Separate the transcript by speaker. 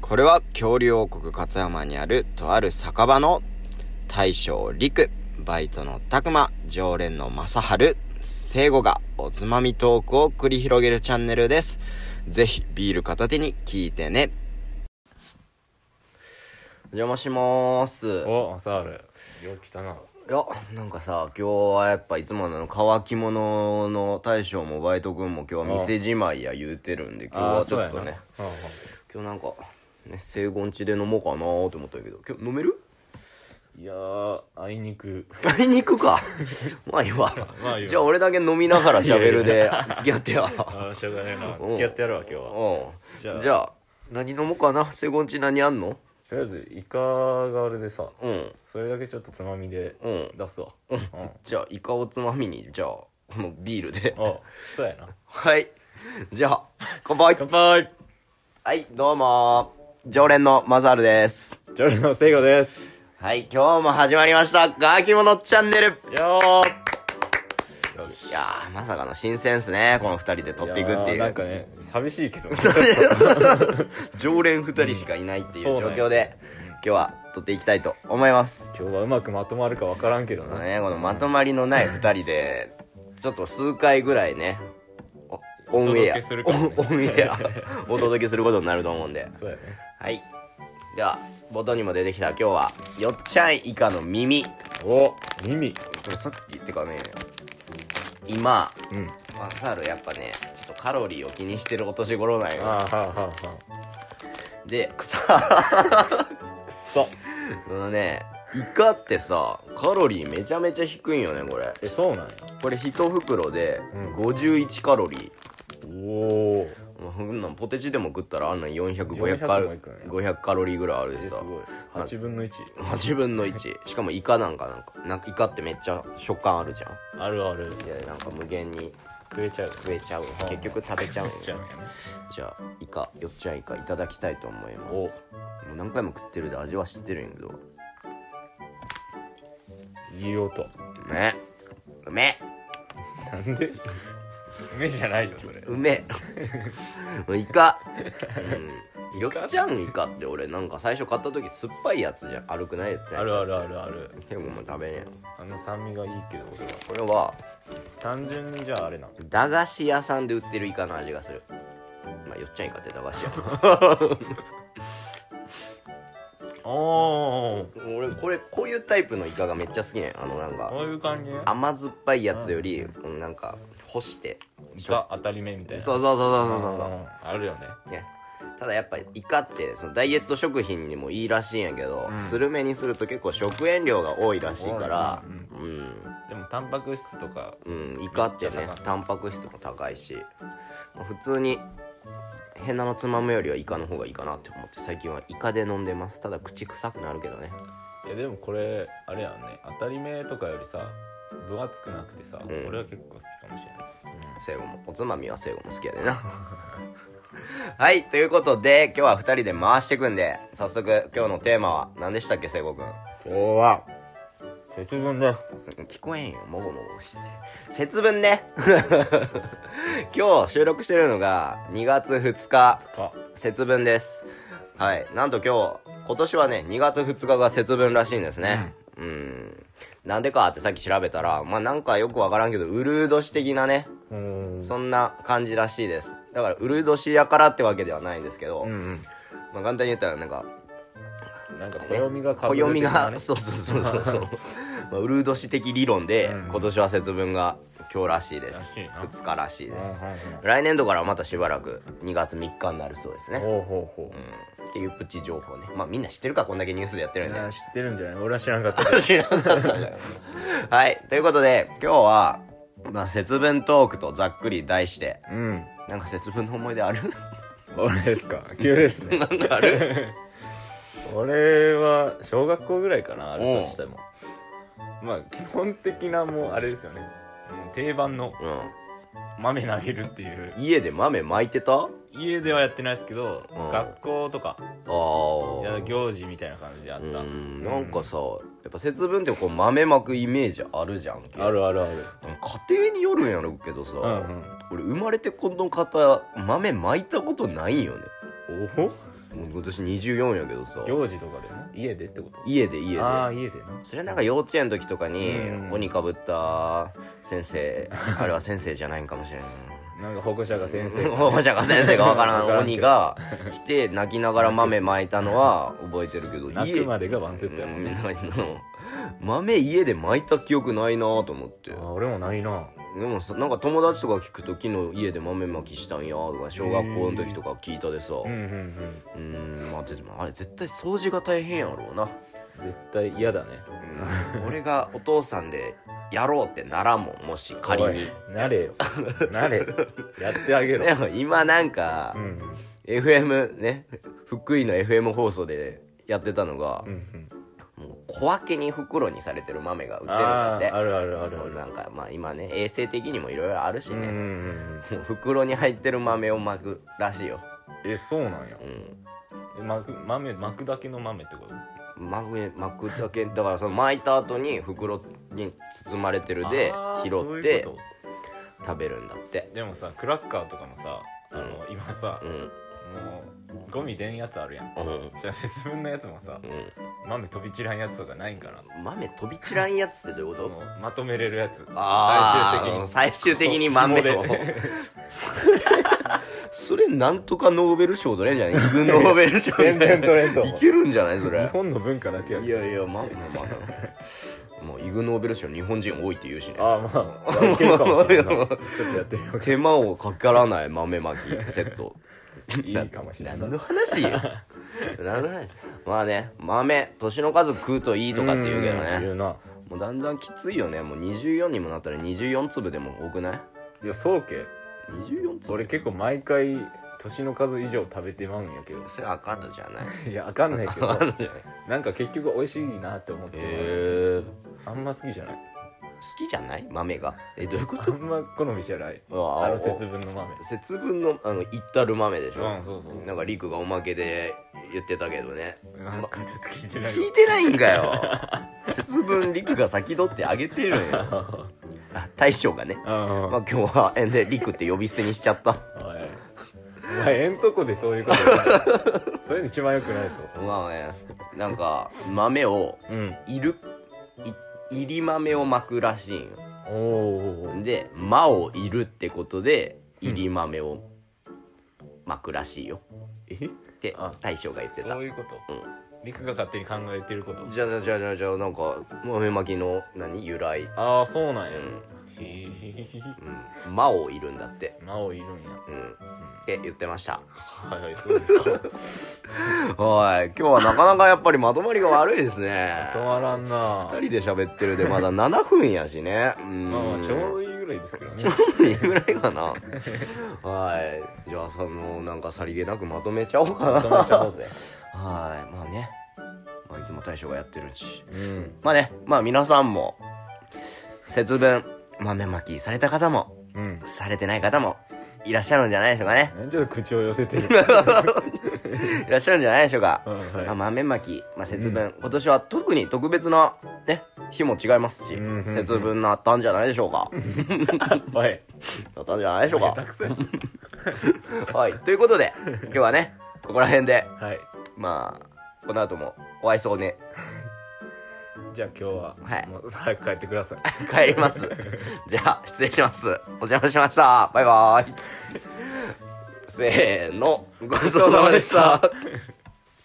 Speaker 1: これは恐竜王国勝山にあるとある酒場の大将陸、バイトの拓馬、常連の正春、聖護がおつまみトークを繰り広げるチャンネルです。ぜひビール片手に聞いてね。お邪魔します。
Speaker 2: おマサールよう来たない
Speaker 1: や、なんかさ、今日はやっぱいつもの乾き物の大将もバイト君も今日は店じまいや言うてるんで、今日はちょっとね、
Speaker 2: そうやなうんうん
Speaker 1: 今日なんか、ね、生言地で飲もうかなーと思ったけど、今日飲める
Speaker 2: いやーあいにく
Speaker 1: あいに行くか。 まあいいわ。
Speaker 2: まあいいわ
Speaker 1: じゃあ俺だけ飲みながら喋る で、付き合ってや。
Speaker 2: あーしょうがないな付き合ってやるわ今日は
Speaker 1: うん。じ
Speaker 2: じ
Speaker 1: ゃ
Speaker 2: ゃ
Speaker 1: あ、
Speaker 2: あ
Speaker 1: 何飲もうかな生言地何あんの
Speaker 2: とりあえずイカがあれでさ
Speaker 1: うん。
Speaker 2: それだけちょっとつまみで
Speaker 1: うん
Speaker 2: 出すわうんあ
Speaker 1: じゃあ、イカをつまみに、じゃあ、このビール で。
Speaker 2: そうやな
Speaker 1: はい。じゃあ、乾杯
Speaker 2: 乾杯
Speaker 1: はい、どうもー常連のマザールです。
Speaker 2: ジョルの聖護です
Speaker 1: はい、今日も始まりました、ガーキモノチャンネル
Speaker 2: よーよ
Speaker 1: いやー、まさかの新鮮っすね、この二人で撮っていくっていう。
Speaker 2: やーなんかね寂し いけど
Speaker 1: 常連二人しかいないっていう
Speaker 2: そう
Speaker 1: 状
Speaker 2: だよ
Speaker 1: 況で、今日は撮っていきたいと思います。
Speaker 2: 今日はうまくまとまるかわからんけどな
Speaker 1: ね、このまとまりのない二人で、ちょっと数回ぐらいね、おオンエア、
Speaker 2: お届けするかもね
Speaker 1: オンオンエア、 お届けすることになると思うんで。
Speaker 2: そうやね
Speaker 1: はい。では、冒頭にも出てきた今日は、よっちゃんイカの耳。
Speaker 2: お耳
Speaker 1: これさっきってかね今
Speaker 2: うん
Speaker 1: マサールやっぱねちょっとカロリーを気にしてるお年頃なん
Speaker 2: あー
Speaker 1: よ
Speaker 2: はあはあは
Speaker 1: でさ
Speaker 2: あくそ
Speaker 1: そのねイカってさカロリーめちゃめちゃ低いんよねこれ
Speaker 2: えそうなんや
Speaker 1: これ1袋で
Speaker 2: うん
Speaker 1: 51カロリ
Speaker 2: おお
Speaker 1: ー、まあ、そんなんポテチでも食ったらあんなん400500
Speaker 2: 400
Speaker 1: カ
Speaker 2: もいくんや
Speaker 1: ロ500カロリーぐらいある
Speaker 2: え
Speaker 1: ですさ
Speaker 2: ごい8分の1
Speaker 1: まあ自分の1しかもイカなんかなんかなんかイカってめっちゃ食感あるじゃん
Speaker 2: あるある
Speaker 1: いやなんか無限に
Speaker 2: 食えちゃう
Speaker 1: 食えちゃう結局食べちゃ うんよね
Speaker 2: ちゃうよね
Speaker 1: じゃあイカよっちゃんイカいただきたいと思います
Speaker 2: お
Speaker 1: もう何回も食ってるで味は知ってるんやけど
Speaker 2: いい音
Speaker 1: うめうめ
Speaker 2: なんで夢じゃないよそれ
Speaker 1: うめ イカ、うん、よっちゃんイカって俺なんか最初買った時酸っぱいやつじゃん悪くないやつ
Speaker 2: あるあるあるある
Speaker 1: でももう食べねえよ
Speaker 2: あの酸味がいいけど俺は
Speaker 1: これは
Speaker 2: 単純にじゃああれな
Speaker 1: 駄菓子屋さんで売ってるイカの味がするまあよっちゃんイカって駄菓子 屋
Speaker 2: おー
Speaker 1: 俺これこういうタイプのイカがめっちゃ好きねあのなん
Speaker 2: こ
Speaker 1: か
Speaker 2: ういう感じね
Speaker 1: 甘酸っぱいやつより、うん、なんか干して
Speaker 2: が当たり目みたいな
Speaker 1: そうそうそうそうそうそうそう
Speaker 2: うんあるよね
Speaker 1: ね、ただやっぱイカってそのダイエット食品にもいいらしいんやけど、
Speaker 2: うん
Speaker 1: スルメにすると結構食塩量が多いらしいから
Speaker 2: 多いね
Speaker 1: うん、
Speaker 2: でもタンパク質とか
Speaker 1: うん、イカって
Speaker 2: めっ
Speaker 1: ね
Speaker 2: ちゃ高い
Speaker 1: タンパク質も高いし普通にヘナのつまむよりはイカの方がいいかなって思って最近はイカで飲んでますただ口臭くなるけどね
Speaker 2: いやでもこれあれやんね当たり目とかよりさ分厚くなくてさ
Speaker 1: ん
Speaker 2: 俺は結構好きかもしれない
Speaker 1: セイゴもおつまみはセイゴも好きやで なはいということで今日は2人で回してくんで早速今日のテーマは何でしたっけセイゴくん
Speaker 2: 今日は節分です
Speaker 1: 聞こえんよもごもごして節分ね 今日収録してるのが2月2日
Speaker 2: か
Speaker 1: 節分ですはいなんと今日今年はね2月2日が節分らしいんですねうんなんでかってさっき調べたらまあなんかよくわからんけどうるう年的なね
Speaker 2: うーん
Speaker 1: そんな感じらしいですだからうるう年やからってわけではないんですけど、
Speaker 2: うんうん
Speaker 1: まあ簡単に言ったらなんか
Speaker 2: なんか暦が被る
Speaker 1: 暦
Speaker 2: 的な
Speaker 1: が、
Speaker 2: ね
Speaker 1: そうそうそうそう そう、まあ、ウルード氏的理論で、
Speaker 2: うん
Speaker 1: 今年は節分が今日らしいです
Speaker 2: らしいな
Speaker 1: 2日らしいです、
Speaker 2: はいはいはい
Speaker 1: 来年度からはまたしばらく2月3日になるそうですね、
Speaker 2: ほうほうほう
Speaker 1: うんっていうプチ情報ねまあみんな知ってるかこんだけニュースでやってるん
Speaker 2: みん
Speaker 1: で
Speaker 2: な知ってるんじゃない俺は知らんかったけ
Speaker 1: 知らなかったからはいということで今日は、まあ、節分トークとざっくり題して
Speaker 2: どうん
Speaker 1: なんか節分の思い出ある
Speaker 2: 俺ですか急ですね
Speaker 1: なんかあ る
Speaker 2: 俺は小学校ぐらいかなあるとしてもまあ基本的なもうあれですよねうん定番の
Speaker 1: う
Speaker 2: 豆投げるっていうん
Speaker 1: 家で豆巻いてたあ
Speaker 2: 家ではやってないですけど
Speaker 1: うん
Speaker 2: 学校とかいや
Speaker 1: あ
Speaker 2: 行事みたいな感じであった
Speaker 1: うんなんかさやっぱ節分ってこう豆まくイメージあるじゃんけ
Speaker 2: あるあるある
Speaker 1: でも家庭によるんやろうけどさ、
Speaker 2: うんうん
Speaker 1: 俺生まれてこの方豆まいたことないんよね
Speaker 2: おほ
Speaker 1: もう今年24やけどさ
Speaker 2: 行事とかでね家でってこと
Speaker 1: 家で家で
Speaker 2: ああ家でな
Speaker 1: それなんか幼稚園の時とかに
Speaker 2: うん
Speaker 1: 鬼かぶった先生あれは先生じゃないんかもしれない
Speaker 2: なんか保護者が先 生
Speaker 1: 保護者か先生がわから
Speaker 2: わか
Speaker 1: ん
Speaker 2: らんけ
Speaker 1: 鬼
Speaker 2: ど
Speaker 1: が来て泣きながら豆まいたのは覚えてるけど
Speaker 2: 泣くまでがワンセットやもんね
Speaker 1: うん 豆家で巻いた記憶ないなと思って
Speaker 2: あー俺もないな
Speaker 1: でもさなんか友達とか聞くと昨日家で豆まきしたんやとか小学校の時とか聞いたでさ
Speaker 2: うん
Speaker 1: う
Speaker 2: うんうん
Speaker 1: ーん待っててもあれ絶対掃除が大変やろう な
Speaker 2: 絶対嫌だね
Speaker 1: うん俺がお父さんでやろうってならんもんもし仮
Speaker 2: おい
Speaker 1: に
Speaker 2: なれよなれやってあげろ
Speaker 1: でも今なんか、
Speaker 2: うん
Speaker 1: FM ね福井の FM 放送でやってたのが
Speaker 2: う、んうん
Speaker 1: もう小分けに袋にされてる豆が売ってるんだ
Speaker 2: あ
Speaker 1: って
Speaker 2: ーあるあるあるあ
Speaker 1: もう
Speaker 2: る
Speaker 1: なんかまあ今ね衛生的にもいろいろあるし
Speaker 2: うんうん
Speaker 1: ね、
Speaker 2: うん
Speaker 1: もう袋に入ってる豆をまくらしいよ
Speaker 2: えそうなんや
Speaker 1: うん
Speaker 2: え巻く豆巻くだけの豆ってこと
Speaker 1: まくまくだけだからその巻いた後に袋に包まれてるで
Speaker 2: あーそう
Speaker 1: 拾っ
Speaker 2: いう
Speaker 1: て
Speaker 2: こ
Speaker 1: 食べるんだって
Speaker 2: とでもさクラッカーとかもさあの今さ
Speaker 1: うん
Speaker 2: もうゴミ出んやつあるやん
Speaker 1: うん
Speaker 2: じゃあ節分のやつもさ
Speaker 1: うん
Speaker 2: 豆飛び散らんやつとかないんかな
Speaker 1: 豆飛び散らんやつってどういうこ
Speaker 2: そ
Speaker 1: と
Speaker 2: のまとめれるやつ
Speaker 1: あ
Speaker 2: 最終的
Speaker 1: ー
Speaker 2: に
Speaker 1: 最終的に豆を
Speaker 2: 紐で
Speaker 1: それなんとかノーベル賞取れんじゃ ないイグノーベル賞みたいな
Speaker 2: 全然取れんと思う
Speaker 1: いけるんじゃないそ
Speaker 2: 日
Speaker 1: れ
Speaker 2: 本の文化だけや
Speaker 1: い
Speaker 2: る
Speaker 1: やいやまあまあまあもうイグノーベル賞日本人多いって言うしね
Speaker 2: ああまあいけるかもしれんな いちょっとやってみよう
Speaker 1: 手間をかからない豆まきセット
Speaker 2: いいかもしれんな
Speaker 1: 何の話 よ何の話まあね豆年の数食うといいとかって言うけど
Speaker 2: ん言
Speaker 1: ね
Speaker 2: うな
Speaker 1: もうだんだんきついよねもう24にもなったら24粒でも多くない
Speaker 2: いやそうけ
Speaker 1: ?24 粒
Speaker 2: 俺結構毎回年の数以上食べてまうんやけど
Speaker 1: それあかんのじゃない
Speaker 2: いやあかんないけ ど
Speaker 1: あかんのじゃない
Speaker 2: なんか結局美味しいなって思って、
Speaker 1: えー、好
Speaker 2: あんま好きじゃない
Speaker 1: きじゃない豆がえどういうこ
Speaker 2: あん
Speaker 1: と
Speaker 2: ま好みじゃない
Speaker 1: あ
Speaker 2: あの節分の豆
Speaker 1: 節分のあのいったる豆でしょ、
Speaker 2: うんそうそうそう
Speaker 1: なんかリクがおまけで言ってたけどね
Speaker 2: なんかちょっと聞いてないよ
Speaker 1: 聞いてないんかよ節分リクが先取ってあげてるん よあ大将がね
Speaker 2: うん
Speaker 1: まあ今日はえでリクって呼び捨てにしちゃった
Speaker 2: おいお前えんとこでそういうこと言うそれ一番良くないぞ
Speaker 1: まあねなんか豆を
Speaker 2: うん
Speaker 1: いるいいり豆をまくらしいんよ
Speaker 2: おおー
Speaker 1: で「魔をいる」ってことでいり豆を巻くらしいよ、
Speaker 2: え
Speaker 1: って
Speaker 2: あ
Speaker 1: 大将が言ってた
Speaker 2: そういうこと、
Speaker 1: うん
Speaker 2: 陸が勝手に考えてること
Speaker 1: じゃあじゃあじゃあじゃあなんか豆巻きの何由来
Speaker 2: ああそうなん
Speaker 1: う
Speaker 2: や、
Speaker 1: ん
Speaker 2: へえ
Speaker 1: 「魔をいる」んだって
Speaker 2: 魔をいるんや
Speaker 1: うんって言ってました
Speaker 2: はいはいそうですか
Speaker 1: はい今日はなかなかやっぱりまとまりが悪いですね
Speaker 2: 止まらんな
Speaker 1: 2人で喋ってるでまだ7分やしねうん
Speaker 2: まあまあちょうどいいぐらいですけどね
Speaker 1: いいぐらいかなはいじゃあそのなんかさりげなくまとめちゃおうかな
Speaker 2: 止めちゃおうぜ
Speaker 1: はいまあね、まあ、いつも大将がやってるし
Speaker 2: うん
Speaker 1: まあねまあ皆さんも節分豆まきされた方も
Speaker 2: うん
Speaker 1: されてない方もいらっしゃるんじゃないでしょうかね
Speaker 2: ちょっと口を寄せ てる。
Speaker 1: いらっしゃるんじゃないでしょうか、
Speaker 2: うんはい
Speaker 1: まあ、豆まき、まあ、節分、今年は特に特別なね日も違いますし、
Speaker 2: うんうんうん
Speaker 1: 節分なったんじゃないでしょうか
Speaker 2: おい。
Speaker 1: なったんじゃないでしょう
Speaker 2: た
Speaker 1: か
Speaker 2: くさん。
Speaker 1: はいということで今日はねここら辺で
Speaker 2: はい。
Speaker 1: まあこの後もお会いそうね
Speaker 2: じゃあ今日は、
Speaker 1: はい
Speaker 2: もう早く帰ってください。
Speaker 1: 帰りますじゃあ失礼しますお邪魔しましたバイバーイせーのごちそうさまでした